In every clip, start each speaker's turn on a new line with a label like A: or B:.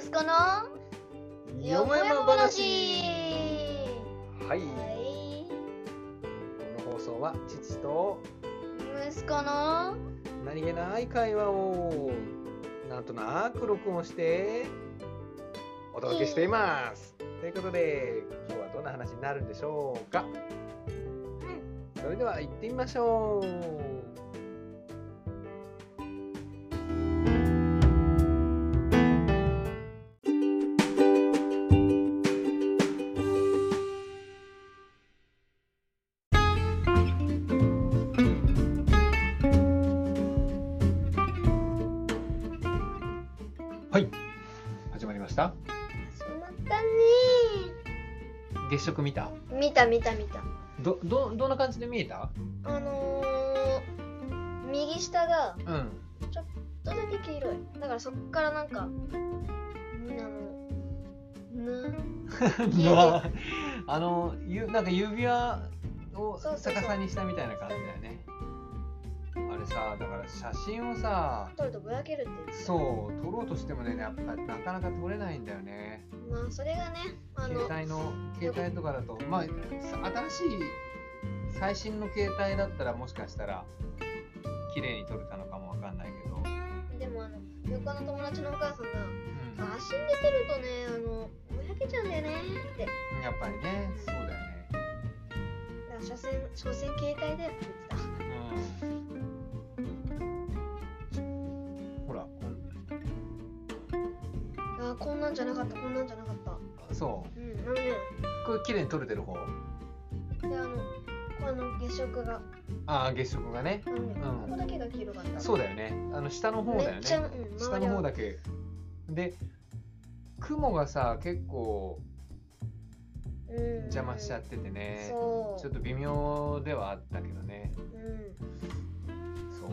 A: つこのよもやま話
B: はい、
A: は
B: この放送は父と
A: い息子の
B: 何気ない会話をなんとなく録音してお届けしています。ということで今日はどんな話になるんでしょうか
A: うん
B: それでは行ってみましょうはい始まりました
A: 始まったね
B: 月食見た
A: 見た見た見た
B: どどどんな感じで見えた
A: あのー、右下が
B: うん
A: ちょっとだけ黄色いだからそっからなんかうんあのぬ
B: うわあのゆなんか指輪を
A: そうそうそう
B: 逆さにしたみたいな感じだよねあれさだから写真をさ
A: 取るとぼやけるっていう
B: そう撮ろうとしてもねやっぱなかなか撮れないんだよね
A: まあそれがねあ
B: 携
A: の
B: 帯の携帯とかだとまあさ新しい最新の携帯だったらもしかしたら綺麗に撮れたのかもわかんないけど、
A: でもあの横の友達のお母さ
B: う
A: んが足出てるとねあのぼやけちゃうんだよねって
B: ん、やっぱりねそうだよね
A: だから所詮所詮携帯でやってた
B: ほらこん
A: あーこんなんじゃなかったこんなんじゃなかった
B: そう
A: うんあのね
B: これ綺麗に撮れてる方
A: であのこの月食が
B: ああ月食がね
A: あのね、
B: うん
A: ここだけが黄色かった
B: そうだよねあの下の方だよ
A: めっ
B: ね
A: ちゃ、うん、
B: 下
A: 周り
B: の
A: は
B: 方だけで雲がさ結構
A: うん
B: 邪魔しちゃっててね
A: そう
B: ちょっと微妙ではあったけどね
A: う
B: そう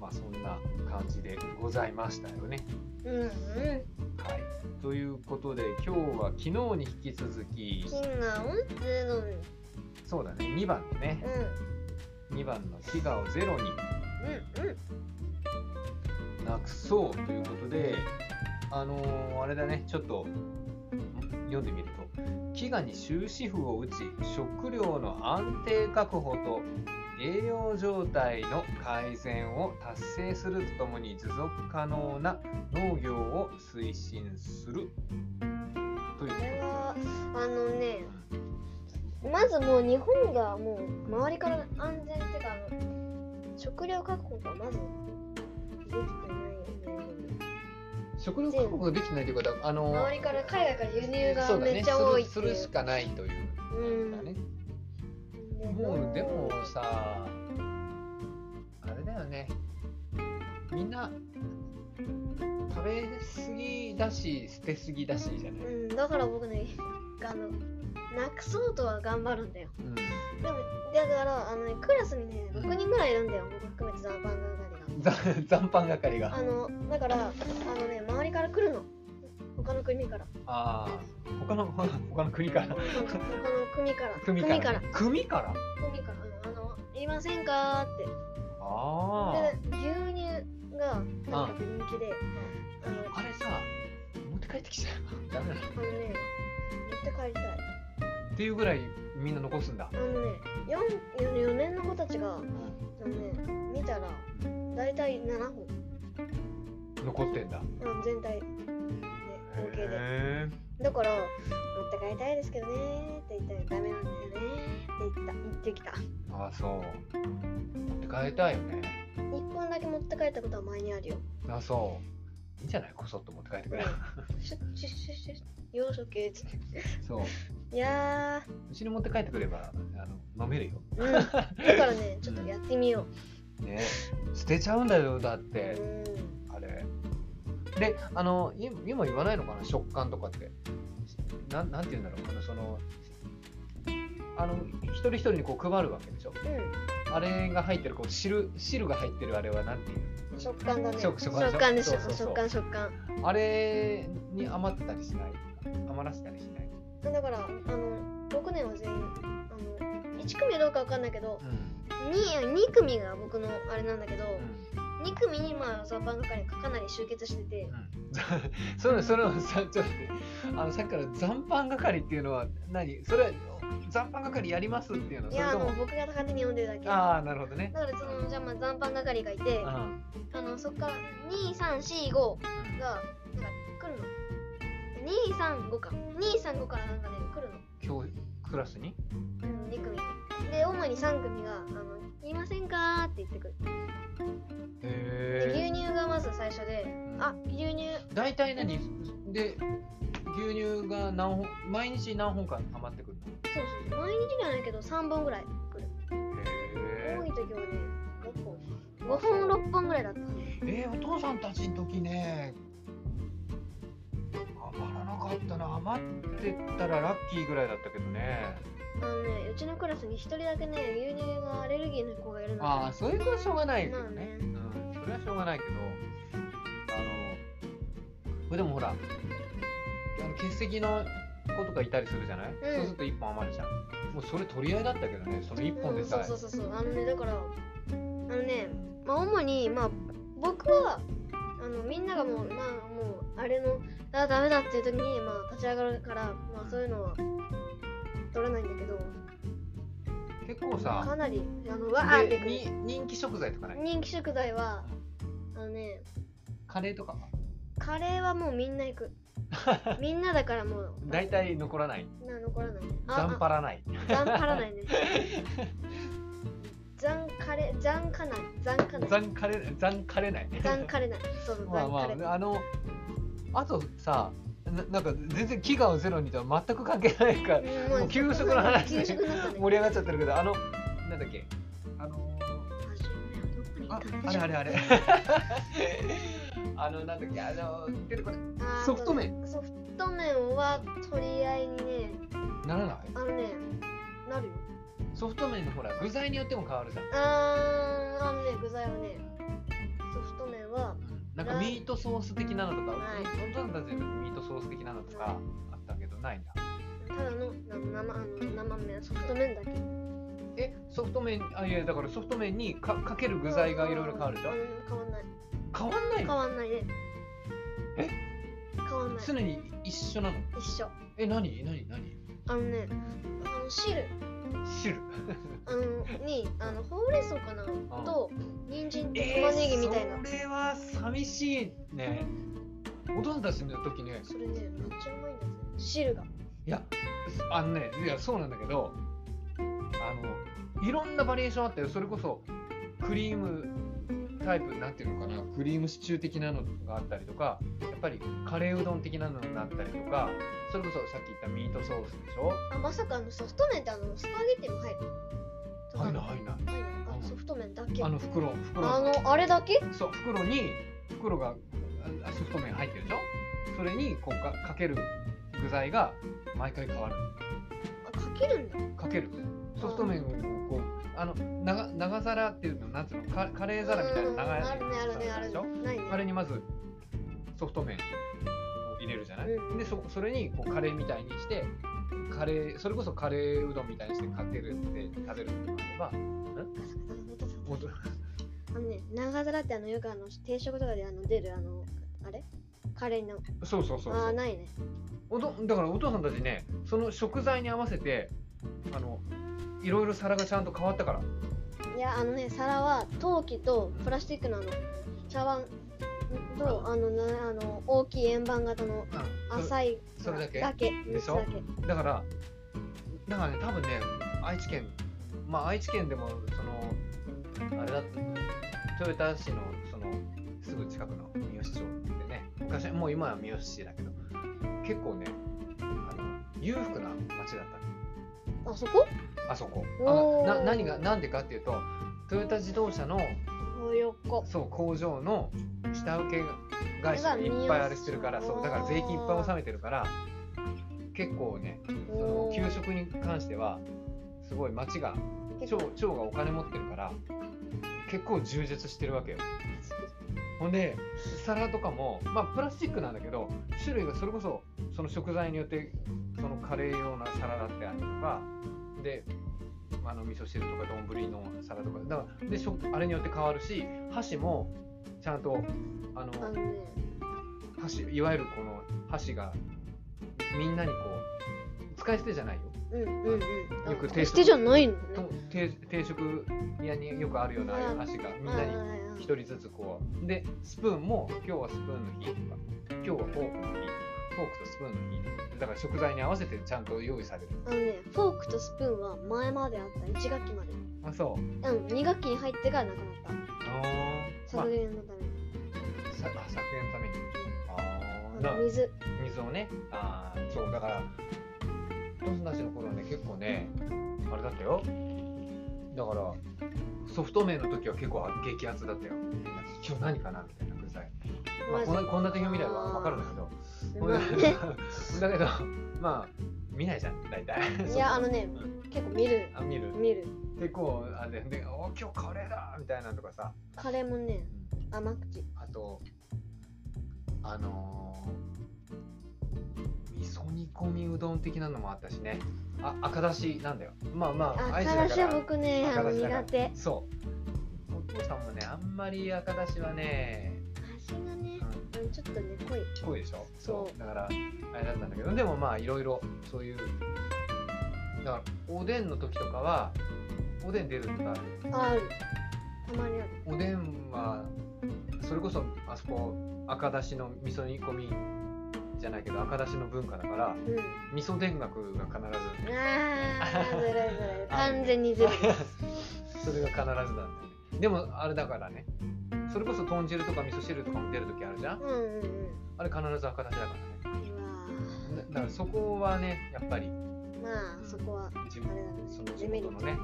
B: まあそんな感じでございましたよね
A: んうんうん
B: はいということで今日は昨日に引き続き
A: 金がうんつーのうん
B: そうだね2番のね2番の「飢餓をゼロに
A: うんうん
B: なくそう」ということであのーあれだねちょっとん読んでみると「飢餓に終止符を打ち食料の安定確保と栄養状態の改善を達成するとともに持続可能な農業を推進する」という
A: これはあのねまずもう日本がもう周りから安全っていうかあの食料確保がまずできてないよね
B: 食料確保ができてないというかあの
A: 周りから海外から輸入
B: そ
A: が
B: うだね
A: めっちゃ多いって
B: す
A: い
B: るする
A: う
B: しかないという
A: うん
B: だね、
A: で
B: もうでもさあれだよねみんな食べ過ぎだし捨て過ぎだしじゃな
A: う
B: い、
A: んだから僕ねあのなくそうとは頑張るんだよ
B: うん
A: でもだからあの、ね、クラスにね
B: うん
A: 6人ぐらいいるんだよ僕含めてザバンガが
B: ざ残飯係が
A: あのだからあのね周りから来るの他の国から
B: ああ他のほ他の国から
A: 他の組から
B: 組から組から
A: 海からあの「いりませんか?」って
B: ああ
A: で牛乳がなんか人気であの
B: あれさ持って帰ってきちゃう ダメなのっ
A: あのね持って帰りたい
B: ていうぐらいみんな残すんだ
A: あのね 4, 4年の子たちがあのね見たら大体7本
B: 残ってんだ
A: あの全体で合計で
B: へえ
A: だから持って帰りたいですけどねーって言ったらダメなんだよねーって言った言ってきた
B: ああそう持って帰りたいよね
A: 1本だけ持って帰ったことは前にあ るよ
B: あそういいんじゃないこそっと持って帰ってくれ
A: シュッシュッシュッシュッ洋食系つって
B: そう
A: いや
B: うちに持って帰ってくればあの飲めるよ
A: ーうんだからねちょっとやってみよう
B: ね捨てちゃうんだよだって
A: う
B: あれであのい今言わないのかな食感とかってなんなんて言うんだろうあのそのあの一人一人にこう配るわけでしょ
A: ん、
B: あれが入ってるこう汁汁が入ってるあれはなんていう
A: うん、食感だね。
B: 食食感
A: でしょ。
B: そうそうそう
A: 食感食感。
B: のあれに余ったりしない余らせたりしない、
A: だからあの六年は全員あの一組はどうかわかんないけど、
B: うん
A: 二二組が僕のあれなんだけど、
B: うん
A: 2組にまあザ・バンガカレーがかなり集結してて
B: うん、それそれはさちょっと待ってあのさっきから残飯係っていうのは何それは残飯係やりますっていうの
A: い
B: それ
A: やあ
B: と
A: の
B: も
A: 僕が勝手に読んでるだけだ
B: ああなるほどね、
A: からそのじゃあまあ残飯係がいて
B: うんうん
A: あのそっから2345がなんか来るの235か235からなんかね来るの
B: 今日クラスに
A: うん2組で主に3組が「あのいりませんか?」って言ってくるで
B: へ
A: 牛乳がまず最初で「あ牛乳
B: え大体何で牛乳が何本毎日何本か余ってくる
A: そうそう毎日じゃないけど3本ぐらい来る
B: のへ
A: 多い時はね6本5
B: そう
A: 本6本ぐらいだった
B: えー、お父さんたちの時ね余らなかったな余ってたらラッキーぐらいだったけどね
A: あのねうちのクラスに1人だけね牛乳がアレルギーの子がいるの
B: ああそういう子はしょうがないけど
A: まあ
B: ね
A: ね、
B: うん、それはしょうがないけどあのでもほらあの欠席の子とかいたりするじゃない、
A: ん
B: そうすると1本余るじゃんもうそれ取り合いだったけどねその1本
A: う
B: で
A: ん
B: さ、
A: そうそうそうそうあのねだからあのねまあ主にまあ僕はあのみんながもうまあもうあれのあダメだっていう時にまあ立ち上がるからまあそういうのは取れないんだけど
B: 結構
A: か
B: さ
A: なりあのわーっ
B: で
A: てく
B: に
A: る
B: 人気食材とかない
A: 人気食材はあのね
B: カレーとか
A: カレーはもうみんな 行くみんなだからもう
B: 大体残らない
A: な残らない
B: 残パ
A: ラ
B: らない
A: 残パラないね 残カレ残かない残かない
B: 残カレ残カレない
A: 残カレないそうそう
B: まあ
A: 残
B: ま
A: カレ
B: ああのあとさななんか全然飢餓をゼロにとは全く関係ないから
A: うんも
B: もう給食の話
A: 給食になったね
B: 盛り上がっちゃってるけどあのなんだっけあのーああれあれあれ あのなんだっけあのー出てこない
A: あー
B: ソフト麺
A: ソフト麺は取り合いにね
B: ならない
A: あのねなるよ
B: ソフト麺のほら具材によっても変わるじゃん
A: あーあのね具材はねソフト麺は
B: なんかミートソース的なのとか
A: ない
B: お父さんたちのミートソース的なのとかあったけどないんだ
A: ただのな生あの生麺ソフト麺だけ
B: えソフト麺あいやだからソフト麺にかかける具材がいろいろ変わるでしょ
A: うん変わんない
B: 変わんない
A: 変
B: の
A: わんないね
B: え
A: 変わんない
B: 常に一緒なの
A: 一緒
B: え何何何
A: あのねあの汁
B: 汁
A: あのにあのほうれん草かなと人参と
B: え
A: 玉ねぎみたいな、
B: ー、それは寂しいねお父さんたちの時ね
A: それねめっちゃうまいんだぜ汁が
B: いやあのねいやそうなんだけどあのいろんなバリエーションあったよそれこそクリームタイプなんていうのかなクリームシチュー的なのがあったりとかやっぱりカレーうどん的なのがあったりとかそれこそさっき言ったミートソースでしょ
A: あまさかあのソフト麺ってあのスパゲティも入るとか
B: 入んない入んない
A: 入るの
B: うん
A: あソフト麺だけ
B: あ
A: あ
B: の袋袋
A: のあれだけ
B: そう袋に袋があソフト麺入ってるでしょそれにこうかかける具材が毎回変わる
A: あかけるんだ
B: かけるソフト麺をこうあの長長皿っていうのなんつうのカカレー皿みたいな長い
A: うんあるねあるねある
B: でしょ
A: ねないね
B: あれにまずソフト麺を入れるじゃない、
A: うん
B: でそそれにこうカレーみたいにしてカレーそれこそカレーうどんみたいにしてかけるって食べるのもあればもっと
A: あのね長皿ってあのよくあの定食とかであの出るあのあれカレーの
B: そうそうそう
A: あ
B: そ
A: ー
B: う
A: ないね
B: おとだからお父さんたちねその食材に合わせてあのいろいろ皿がちゃんと変わったから
A: いやあのね皿は陶器とプラスチックのあの茶碗とあのなあの大きい円盤型の
B: うん
A: 浅い
B: それだけ
A: だけ
B: でしょ
A: 三つだけ
B: だから、だからね、多分ね、愛知県、まあ、愛知県でも、その、あれだった、豊田市の、その、すぐ近くの三好町ってね、昔は、もう今は三好市だけど、結構ね、あの裕福な町だっ
A: あそこ
B: た、あそこ。あの
A: おー
B: な何が、なんでかっていうと、トヨタ自動車の、
A: お横
B: そう、工場の下請け会社がいっぱいあれしてるから、そう、だから税金いっぱい納めてるから、結構ね、その
A: おー
B: 給食に関してはすごい町が
A: 結
B: 町
A: 構
B: 町がお金持ってるから結構充実してるわけよほんで皿とかもまあプラスチックなんだけど種類がそれこそその食材によってそのカレー用な皿だってあるとかであの味噌汁とか丼の皿とかだからでしょあれによって変わるし箸もちゃんとあの
A: あのね
B: 箸いわゆるこの箸がみんなにこう使い捨てじゃないよ
A: うんうんうんあ
B: よく
A: 捨てじゃないのね
B: と定定食屋によくあるようなああいう箸がみんなに
A: はいはいはい
B: 一人ずつこうでスプーンも今日はスプーンの日とか今日はフォークの日フォークとスプーンの日だから食材に合わせてちゃんと用意される
A: あのねフォークとスプーンは前まであった1学期まで
B: あそう
A: うん2学期に入ってからなくなっ
B: あ
A: た
B: まあ
A: 削減のために、
B: さあ削減のためにあ
A: あ
B: ーだ
A: の水
B: 水をねあーそうだから私たちの頃はね結構ねあれだったよだからソフト麺の時は結構激アツだったよ今日何かなみたいな具材、まあ、こんなこんな手表見ればわかるんだけどほん
A: まあ
B: で だけどまあ見ないじゃん大体
A: いやあのね
B: うん
A: 結構見る
B: あ見る
A: 見る
B: 結構あれで「お今日カレーだ!」みたいなのとかさ、
A: カレーもね甘口
B: あとあのー、味噌煮込みうどん的なのもあったしねあ赤だしなんだよまあまあ
A: あ
B: 愛知
A: から
B: だ
A: し
B: か
A: は
B: ら
A: 僕ねあ
B: 赤
A: の
B: だしだから
A: 苦手
B: そうお父さんもねあんまり赤だしはね、
A: 味がね
B: うん、
A: うんちょっとね濃い
B: 濃いでしょ
A: そう
B: だからあれだったんだけどでもまあいろいろそういうだからおでんの時とかはおでん出るとか
A: あるたまにある
B: おでんはそれこそあそこ赤だしの味噌煮込みじゃないけど赤だしの文化だから
A: うん
B: 味噌田楽が必
A: あーずるいずる い
B: ある
A: 完全にずるい
B: ずそれが必ずなんだよねでもあれだからねそれこそ豚汁とか味噌汁とかも出る時あるじゃん
A: うんうんうん
B: あれ必ず赤だしだか
A: うわ
B: らねだだからそこはねやっぱり
A: ーまあそこは
B: 自
A: あ
B: 分
A: れだね
B: その地
A: デメリ
B: 元
A: ッ
B: の
A: ト
B: ね、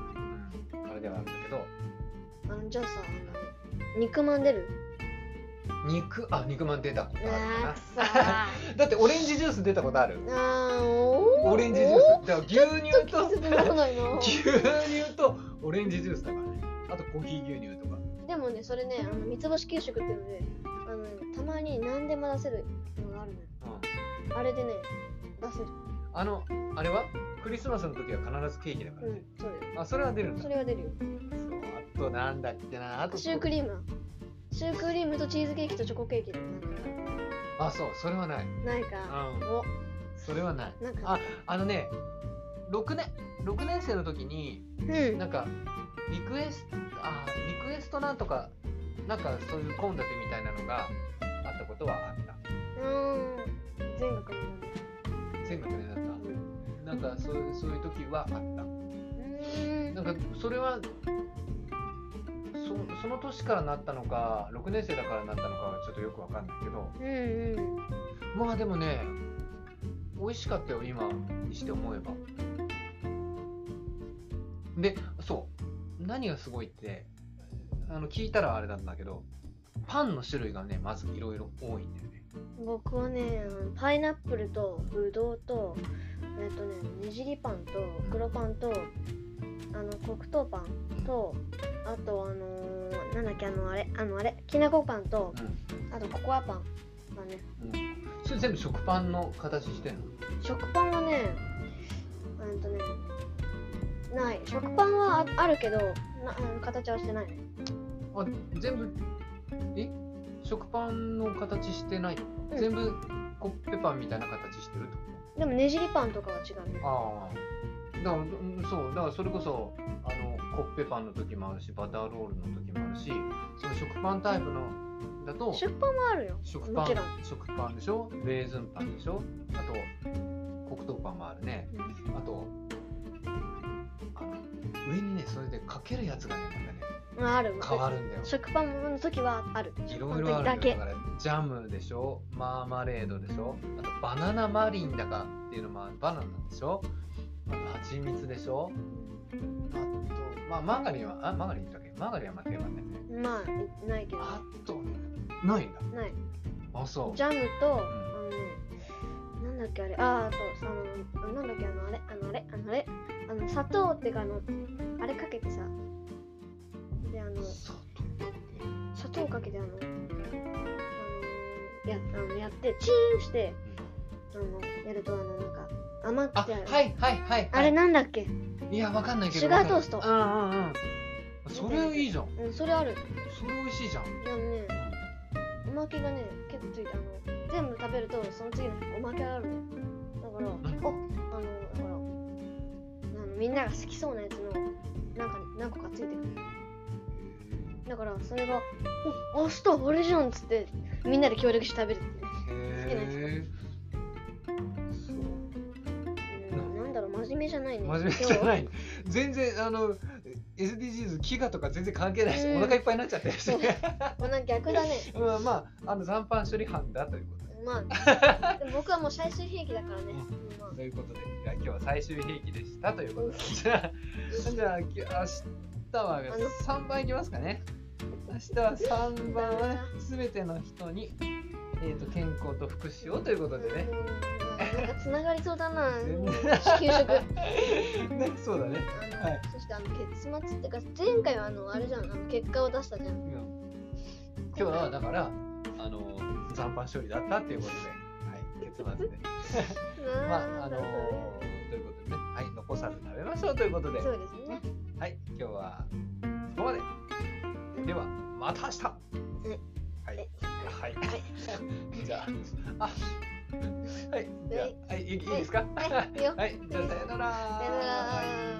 B: うん、あれではあるんだけど
A: あのじゃあさあの肉まん出る
B: 肉あ肉まん出たことあるか
A: あ
B: な
A: く そー
B: だってオレンジジュース出たことある
A: あーおー
B: オレンジジュースだから牛乳
A: おー
B: と
A: ちょっとならない な
B: 牛乳とオレンジジュースだからねあとコーヒー牛乳とか
A: でもねそれねあの三つ星給食っていうのであのねたまに何でも出せるのがあるのよあれでね出せる
B: あのあれはクリスマスの時は必ずケーキだか
A: う
B: らね
A: ん、そうだよ
B: あそれは出るんだ
A: それは出るよ
B: そうあとなんだっけなあと
A: シュークリームだシュークリームとチーズケーキとチョコケーキだよ
B: あそうそれはない
A: ないか
B: うん
A: お
B: それはない
A: なんか
B: ああのね6年6年生の時に
A: うん
B: なんかリクエストあリクエストなんとかなんかそういう献立みたいなのがあったことはあった
A: うん全学年だね
B: 全学年だった
A: う
B: なんかそういうそういう時はあった。
A: ん
B: なんかそれはそその年からなったのか6年生だからなったのかはちょっとよくわかんないけど
A: うんうん
B: まあでもね美味しかったよ今にして思えば。でそう何がすごいってあの聞いたらあれなんだけどパンの種類がねまずいろいろ多いんだよね。
A: 僕はねパイナップルとぶどうとえっとねねじりパンと黒パンとあの黒糖パンとあとあのーなんだっけあのあれあのあれきなこパンと
B: う
A: あとココアパンだね
B: んうん、それ全部食パンの形してんの
A: 食パンはねうんとねない食パンはああるけどなあの形はしてないね
B: あ全部え食パンの形してない、
A: うん
B: 全部コッペパンみたいな形してるってこ
A: でもねじりパンとかは違うね
B: とああだからうんそうだからそれこそあのコッペパンの時もあるしバターロールの時もあるしその食パンタイプのだと
A: 食パンはあるよ
B: 食パ
A: も
B: ン
A: ちろん
B: 食パンでしょレーズンパンでしょあと黒糖パンもあるね
A: うん
B: あとあの上にねそれでかけるやつがねなんかね
A: あある
B: 変わるんだよ
A: 食パンの時はある
B: い
A: 食パ
B: ろ
A: ン
B: い
A: の
B: ろあ
A: 時
B: る
A: だ
B: んだよだか
A: け
B: らジャムでしょマーマレードでしょあとバナナマリンだかっていうのもあるバナナでしょあと蜂蜜でしょあとまあマーガリンはあマーガリンだっけマーガリンはまあ定番だよね
A: まあないけど
B: あとないんだ
A: ない
B: あそう
A: ジャムとあのねなんだっけあれああとそのあなんだっけあのあれあのあれあのあれあの砂糖っていうかあのあれかけてさであの
B: 砂糖
A: 砂糖かけてあのあのやあのやってチーンしてあのやるとあのなんか甘
B: あ
A: くて
B: はいはいはい、はい、
A: あれなんだっけ
B: いやわかんないけど
A: シュガー
B: わかる
A: トースト
B: うんうんうんそれいいじゃん
A: うんそれある
B: それ美味しいじゃん
A: あのねおまけがね結構ついてあの全部食べるとその次の日おまけがあるねだからおあのだからあのみんなが好きそうなやつのなんか何個かついてくるだからそれが「お明日あれじゃん」っつってみんなで協力して食べるっていう
B: へえ
A: うんなんだろう真面目じゃないね
B: 真面目じゃないい全然あの SDGs 飢餓とか全然関係ないし、
A: うん
B: お腹いっぱいになっちゃってるし
A: そうもうなんか逆だね
B: うんまああの残飯処理班だということで
A: ま あでも僕はもう最終兵器だからね、まあ
B: ということでいや今日は最終兵器でしたということで じゃあじゃあき明日は
A: あの
B: 3番いきますかね明日は3番はね全ての人に、えー、と健康と福祉をということでね
A: うんなんかつながりそうだな
B: 全然
A: 給 食あ
B: ねそうだね
A: の、
B: はい
A: そしてあの結末ってか前回はあのあれじゃんあの結果を出したじゃん
B: うん今日はだからあの残飯処理だったっていうことで、はい、結末で、まああのということでね、はい、残さず食べましょうということで、
A: そうですね
B: はい、今日はここまで。ではまた明日。はい
A: え
B: はい
A: はい
B: じゃあ、あ、はい、じゃあ、はい、いいいいですか。
A: はいいいよ
B: はい、じゃあ、さよなら。
A: さよなら